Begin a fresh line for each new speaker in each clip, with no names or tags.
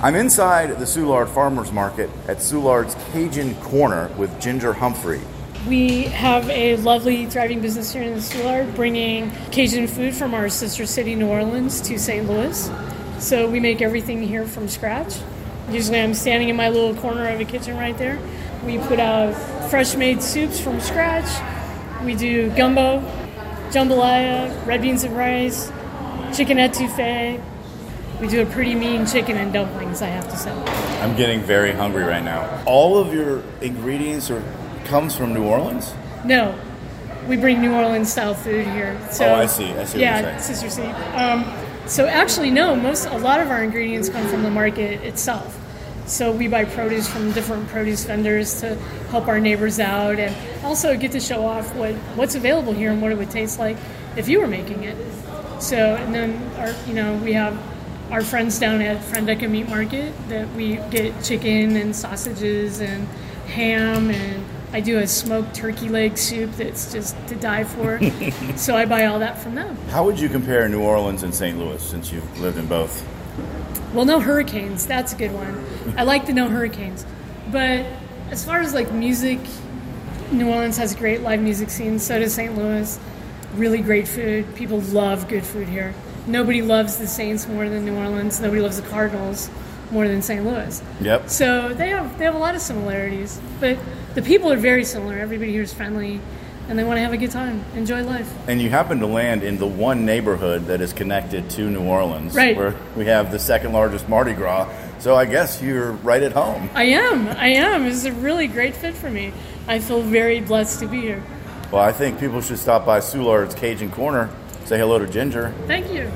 I'm inside the Soulard Farmers Market at Soulard's Cajun Corner with Ginger Humphrey.
We have a lovely thriving business here in the Soulard bringing Cajun food from our sister city, New Orleans, to St. Louis. So we make everything here from scratch. Usually I'm standing in my little corner of a kitchen right there. We put out fresh made soups from scratch. We do gumbo, jambalaya, red beans and rice, chicken etouffee. We do a pretty mean chicken and dumplings, I have to say.
I'm getting very hungry right now. All of your ingredients are comes from New Orleans?
No, we bring New Orleans style food here. So
Oh, I see. I see what you're
yeah,
saying.
sister city. Um, so actually, no. Most a lot of our ingredients come from the market itself. So we buy produce from different produce vendors to help our neighbors out, and also get to show off what what's available here and what it would taste like if you were making it. So and then our you know we have our friends down at Friendica Meat Market that we get chicken and sausages and ham and I do a smoked turkey leg soup that's just to die for. so I buy all that from them.
How would you compare New Orleans and St. Louis since you've lived in both?
Well, no hurricanes. That's a good one. I like the no hurricanes. But as far as like music, New Orleans has a great live music scene. So does St. Louis. Really great food. People love good food here. Nobody loves the Saints more than New Orleans. Nobody loves the Cardinals more than St. Louis.
Yep.
So they have they have a lot of similarities. But the people are very similar. Everybody here is friendly, and they want to have a good time, enjoy life.
And you happen to land in the one neighborhood that is connected to New Orleans,
Right.
where we have the second largest Mardi Gras. So I guess you're right at home.
I am. I am. It's a really great fit for me. I feel very blessed to be here.
Well, I think people should stop by Soulard's Cajun Corner, say hello to Ginger.
Thank you.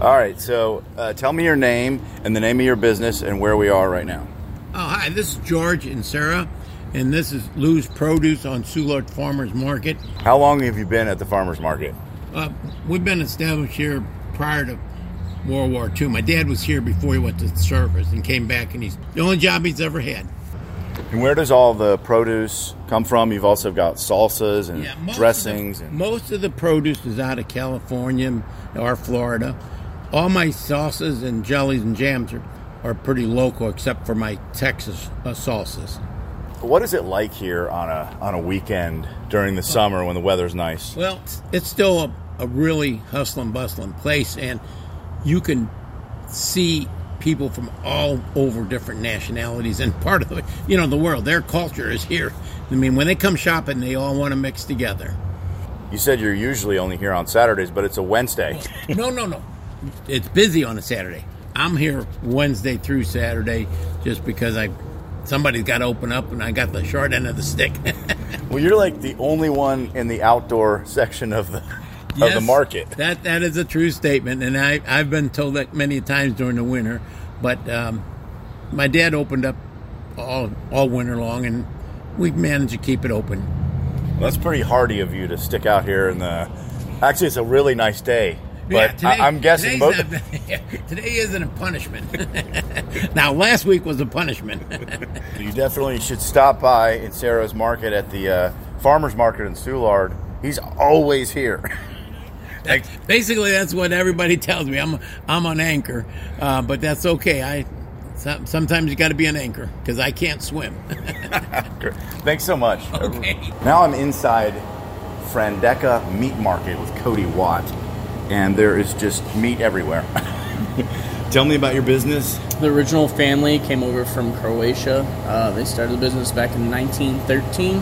All right, so uh, tell me your name and the name of your business and where we are right now.
Oh, hi, this is George and Sarah, and this is Lou's Produce on Soulard Farmers Market.
How long have you been at the farmers market?
Uh, we've been established here prior to World War II. My dad was here before he went to service and came back, and he's the only job he's ever had.
And where does all the produce come from? You've also got salsas and
most
dressings.
Of the,
and-
most of the produce is out of California or Florida. All my sauces and jellies and jams are, are pretty local, except for my Texas uh, salsas.
what is it like here on a on a weekend during the summer when the weather's nice?
Well, it's- it's still a, a really hustling, bustling place, and you can see people from all over different nationalities and part of it, you know, the world. Their culture is here. I mean, when they come shopping, they all want to mix together.
You said you're usually only here on Saturdays, but it's a Wednesday.
No, no, no. It's busy on a Saturday. I'm here Wednesday through Saturday just because I somebody's got to open up and I got the short end of the stick.
Well, you're like the only one in the outdoor section of the of the
Yes,
market.
That that is a true statement, and I I've been told that many times during the winter. But um, my dad opened up all all winter long, and we've managed to keep it open.
That's pretty hardy of you to stick out here in the. Actually, it's a really nice day, but I, am guessing both.
today's not- today isn't a punishment. now last week was a punishment.
You definitely should stop by in Sarah's market at the uh, farmers market in Soulard. He's always here.
Basically, that's what everybody tells me. I'm I'm an anchor, uh, but that's okay. I some- sometimes you got to be an anchor because I can't swim.
Thanks so much.
Okay.
Now I'm inside Frandeca Meat Market with Cody Watt, and there is just meat everywhere. Tell me about your business.
The original family came over from Croatia. Uh, they started the business back in 1913.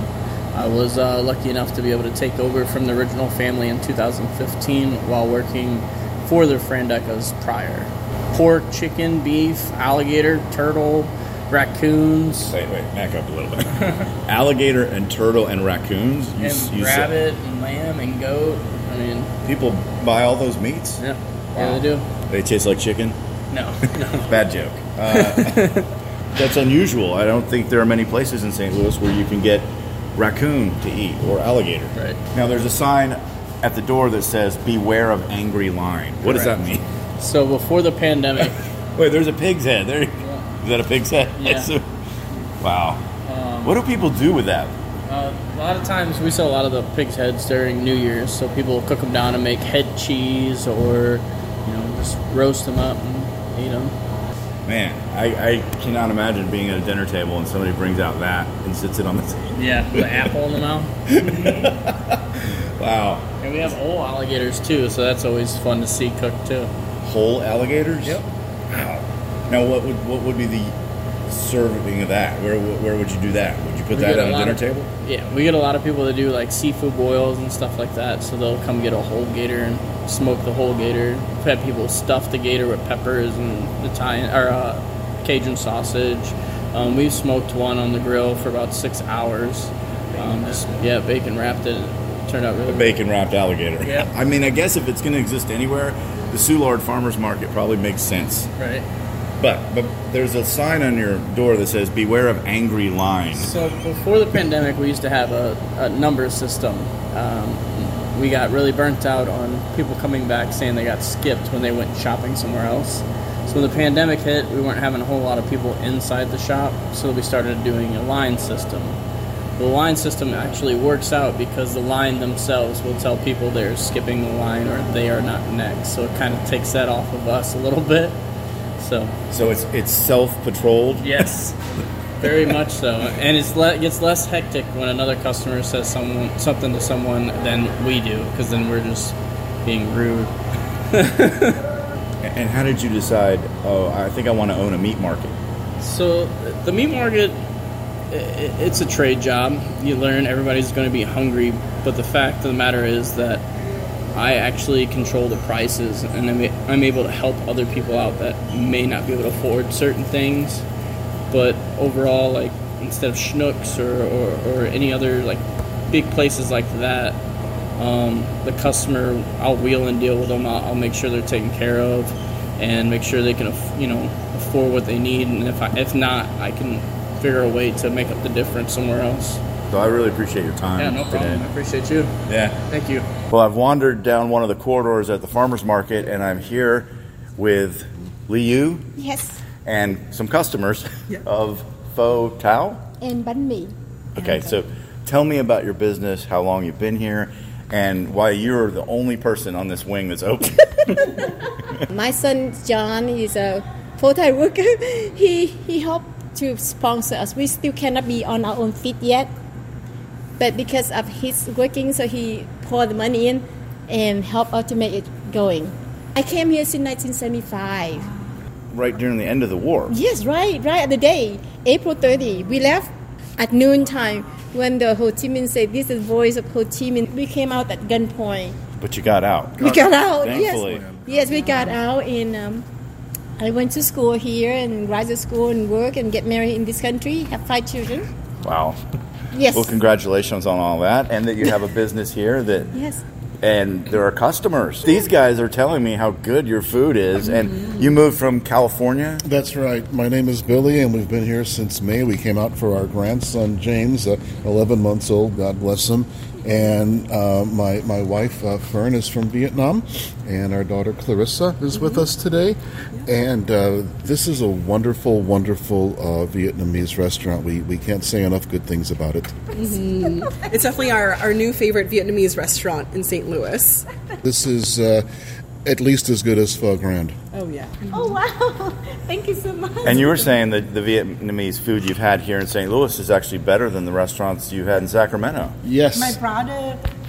I was uh, lucky enough to be able to take over from the original family in 2015 while working for the Frandecas prior. Pork, chicken, beef, alligator, turtle, raccoons,
Wait, wait, back up a little bit. Alligator and turtle and raccoons. You,
and
s- you said-
rabbit, and lamb, and goat. I mean,
people buy all those meats.
yeah, yeah, they do.
They taste like chicken.
No,
Bad joke. Uh, that's unusual. I don't think there are many places in St. Louis where you can get raccoon to eat or alligator.
Right.
Now, there's a sign at the door that says, Beware of Angry Lion. What does that
Correct.
mean?
So before the pandemic,
Wait, there's a pig's head. There, is that a pig's head?
Yeah. Um,
It's a- wow.
What do people do with that?
uh, a lot of times we sell a lot of the pig's heads during New Year's, so people cook them down and make head cheese or, you know, just roast them up and eat them.
Man, I, I cannot imagine being at a dinner table and somebody brings out that and sits it on the table.
Yeah, the apple in the mouth.
Wow.
And we have old alligators too, so that's always fun to see cooked too.
Whole alligators? Yep. Wow. Now, what would what would be the serving of that? Where where would you do that? Would you put
We
that
get
on a
lot
dinner
of-
table?
Yeah, we get a lot of people that do like seafood boils and stuff like that. So they'll come get a whole gator and smoke the whole gator. We've had people stuff the gator with peppers and Italian or uh, Cajun sausage. Um, we've smoked one on the grill for about six hours. Um, just yeah, bacon wrapped it. It Turned out really
Bacon wrapped alligator.
Yep.
I mean, I guess if it's going to exist anywhere, the Soulard Farmers Market probably makes sense.
right.
But but there's a sign on your door that says "Beware of angry lion."
So before the pandemic, we used to have a, a number system. Um, we got really burnt out on people coming back saying they got skipped when they went shopping somewhere else. So when the pandemic hit, we weren't having a whole lot of people inside the shop, so we started doing a line system. The line system actually works out because the line themselves will tell people they're skipping the line or they are not next. So it kind of takes that off of us a little bit. So
So it's it's self-patrolled.
Yes, very much so. And it's le- gets less hectic when another customer says someone something to someone than we do, because then we're just being rude.
And how did you decide? Oh, I think I want to own a meat market.
So the meat market, i- i- it's a trade job. You learn everybody's going to be hungry, but the fact of the matter is that I actually control the prices, and I'm, a- I'm able to help other people out that may not be able to afford certain things. But overall, like instead of Schnucks or, or, or any other like big places like that, um, the customer I'll wheel and deal with them I'll, I'll make sure they're taken care of and make sure they can aff- you know afford what they need and if I, if not I can figure a way to make up the difference somewhere else
So I really appreciate your time.
yeah no problem I
Today.
appreciate you
Yeah.
thank you
Well, I've wandered down one of the corridors at the farmers market, and I'm here with Liu
Yes,
and some customers of Pho Tao.
and banh mi.
Okay, so tell me about your business, how long you've been here, and why you're the only person on this wing that's open.
My son John is a full-time worker. he he helped to sponsor us. We still cannot be on our own feet yet, but because of his working, so he poured the money in and helped us to make it going. I came here since 1975.
right during the end of the war.
Yes, right, right at the day, April 30. We left at noon time when the Ho Chi Minh said, "This is voice of Ho Chi Minh." We came out at gunpoint.
But you got out.
We got out.
Thankfully.
Yes, yes, we got out, and um, I went to school here and graduate school and work and get married in this country. Have five children.
Wow.
Yes.
Well, congratulations on all that, and that you have a business here that
Yes.
and there are customers. These guys are telling me how good your food is, and you moved from California.
That's right. My name is Billy, and we've been here since May. We came out for our grandson James, uh, 11 months old. God bless him. And uh, my my wife uh, Fern is from Vietnam, and our daughter Clarissa is with us today. And uh, this is a wonderful, wonderful uh, Vietnamese restaurant. We we can't say enough good things about it.
It's definitely our, our new favorite Vietnamese restaurant in St. Louis.
This is uh, at least as good as Pho Grand.
Oh, yeah. Oh, wow. Thank you so much.
And you were saying that the Vietnamese food you've had here in St. Louis is actually better than the restaurants you had in Sacramento.
Yes.
My
Uh-huh.
brother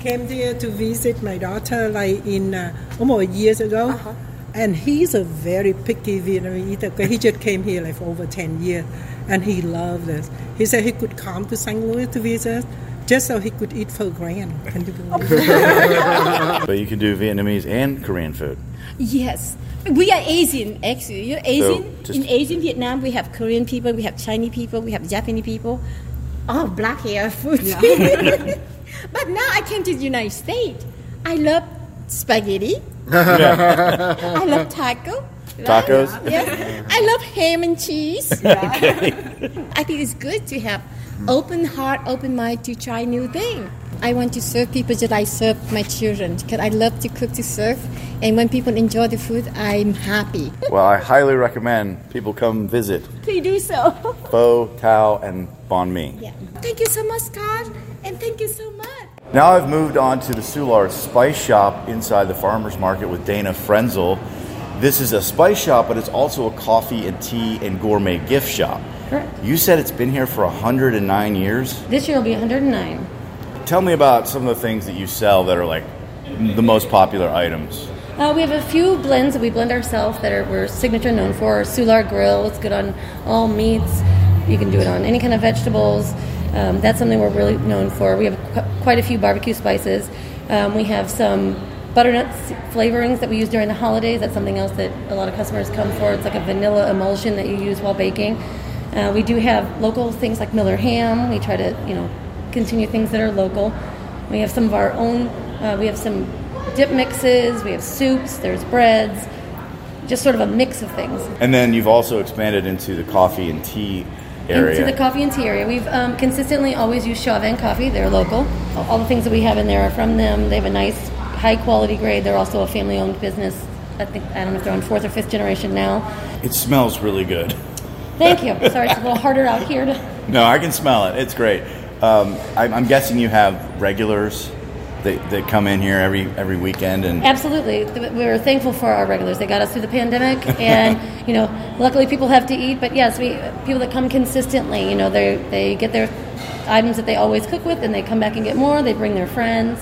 came there to visit my daughter like in uh, almost years ago.
And he's a very picky Vietnamese eater. 'cause He just came here like for over 10 years and he loved it. He said he could come to St. Louis to visit just so he could eat for grand. Can you believe it?
but you can do Vietnamese and Korean food.
Yes, we are Asian. Actually, you're Asian.
just-
in Asian Vietnam, we have Korean people, we have Chinese people, we have Japanese people. All black hair food. but now I came to the United States. I love spaghetti.
Yeah.
I love taco. right?
Tacos?
Yes. I love ham and cheese.
Okay.
I think it's good to have open heart, open mind to try new thing. I want to serve people just like I serve my children because I love to cook to serve, and when people enjoy the food, I'm happy.
Well, I highly recommend people come visit
Please do so.
Pho, Tao, and Banh Mi.
Yeah. Thank you so much, God, and thank you so much.
Now I've moved on to the Sular Spice Shop inside the farmers market with Dana Frenzel. This is a spice shop, but it's also a coffee and tea and gourmet gift shop.
Correct.
You said it's been here for 109 years.
This year will be 109.
Tell me about some of the things that you sell that are like the most popular items.
Uh, we have a few blends that we blend ourselves that are we're signature known for. Our Sular Grill, it's good on all meats. You can do it on any kind of vegetables. Um, that's something we're really known for. We have qu- quite a few barbecue spices. Um, we have some butternut s- flavorings that we use during the holidays. That's something else that a lot of customers come for. It's like a vanilla emulsion that you use while baking. Uh, we do have local things like Miller ham. We try to, you know, continue things that are local. We have some of our own. Uh, we have some dip mixes. We have soups. There's breads. Just sort of a mix of things.
And then you've also expanded into the coffee and tea area.
Into the coffee and tea area. We've um, consistently always used Chauvin coffee. They're local. All the things that we have in there are from them. They have a nice, high quality grade. They're also a family owned business. I think I don't know if they're on fourth or fifth generation now.
it smells really good.
Thank you. Sorry, it's a little harder out here to
No, I can smell it. It's great. Um, I'm, I'm guessing you have regulars that, that come in here every every weekend and
Absolutely. Th- We were thankful for our regulars. They got us through the pandemic, and you know, luckily people have to eat. But yes, we people that come consistently, you know, they they get their items that they always cook with, and they come back and get more. They bring their friends.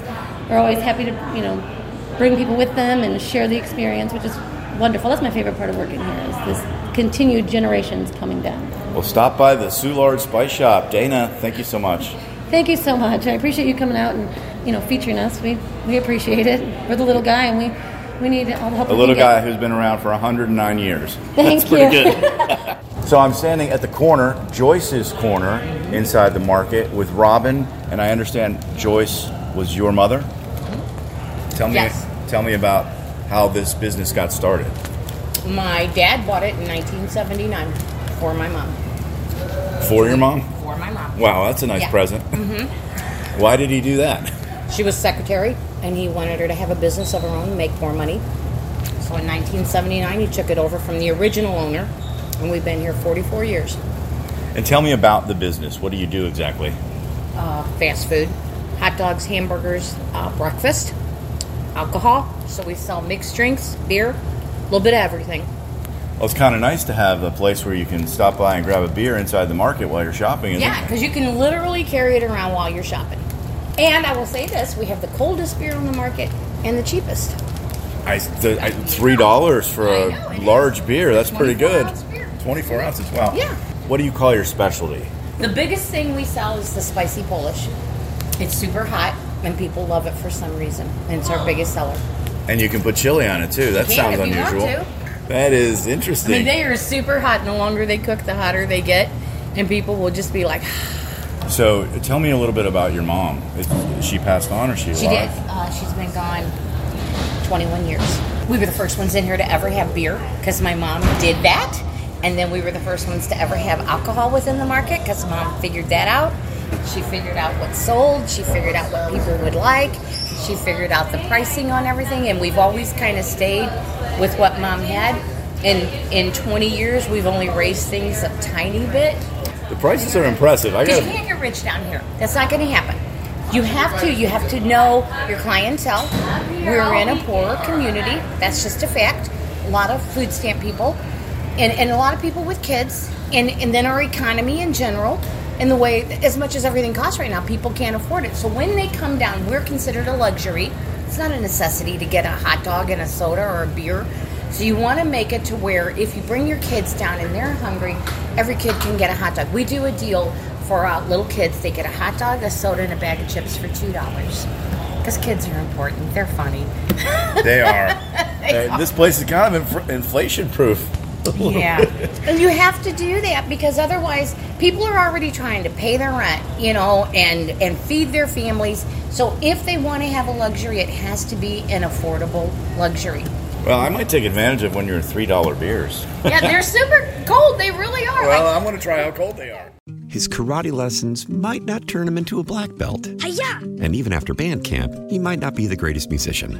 They're always happy to you know bring people with them and share the experience, which is wonderful. That's my favorite part of working here is this continued generations coming down.
Well, stop by the Soulard Spice Shop. Dana, thank you so much.
Thank you so much. I appreciate you coming out and you know featuring us. We we appreciate it. We're the little guy, and we we need all the help.
A
we
little
can get.
guy who's been around for 109 years.
Thank
That's pretty
you.
good. so I'm standing at the corner, Joyce's corner, inside the market with Robin, and I understand Joyce was your mother. Tell me,
Yes.
tell me about how this business got started.
My dad bought it in 1979 for my mom.
For your mom?
For my mom.
Wow, that's a nice
Yeah.
present.
Mhm.
Why did he do that?
She was secretary, and he wanted her to have a business of her own, make more money. So in 1979, he took it over from the original owner, and we've been here 44 years.
And tell me about the business. What do you do exactly?
Uh, fast food, hot dogs, hamburgers, uh, breakfast, alcohol. So we sell mixed drinks, beer, a little bit of everything.
Well, it's kind of nice to have a place where you can stop by and grab a beer inside the market while you're shopping. Isn't
Yeah,
it?
because you can literally carry it around while you're shopping. And I will say this: we have the coldest beer on the market and the cheapest.
I, the, I, three dollars for a large beer. That's pretty good. Twenty-four ounces. Wow.
Yeah.
What do you call your specialty?
The biggest thing we sell is the spicy Polish. It's super hot, and people love it for some reason. And it's our biggest seller.
And you can put chili on it too. That
You can
sounds
if you want
unusual. That is interesting.
I mean, they are super hot. And the longer they cook, the hotter they get, and people will just be like,
so, tell me a little bit about your mom. Is she passed on, or is she
"She did.
alive?
Uh, she's been gone 21 years. We were the first ones in here to ever have beer because my mom did that, and then we were the first ones to ever have alcohol within the market because mom figured that out. She figured out what sold. She figured out what people would like. She figured out the pricing on everything, and we've always kind of stayed with what mom had. And in 20 years, we've only raised things a tiny bit.
The prices are impressive. I
Because you
got.
can't get rich down here. That's not going to happen. You have to. You have to know your clientele. We're in a poorer community. That's just a fact. A lot of food stamp people, and, and a lot of people with kids, and, and then our economy in general, and the way as much as everything costs right now, people can't afford it. So when they come down, we're considered a luxury. It's not a necessity to get a hot dog and a soda or a beer So you want to make it to where if you bring your kids down and they're hungry, every kid can get a hot dog. We do a deal for uh, little kids. They get a hot dog, a soda, and a bag of chips for $2. Because kids are important. They're funny.
They are.
They
Uh, This place is kind of inf- inflation proof.
Yeah. and you have to do that because otherwise people are already trying to pay their rent, you know, and and feed their families. So if they want to have a luxury, it has to be an affordable luxury.
Well, I might take advantage of when you're three dollar beers.
Yeah, they're super cold. They really are.
Well, uh, I'm going to try how cold they are.
His karate lessons might not turn him into a black belt.
Hiya!
And even after band camp, he might not be the greatest musician.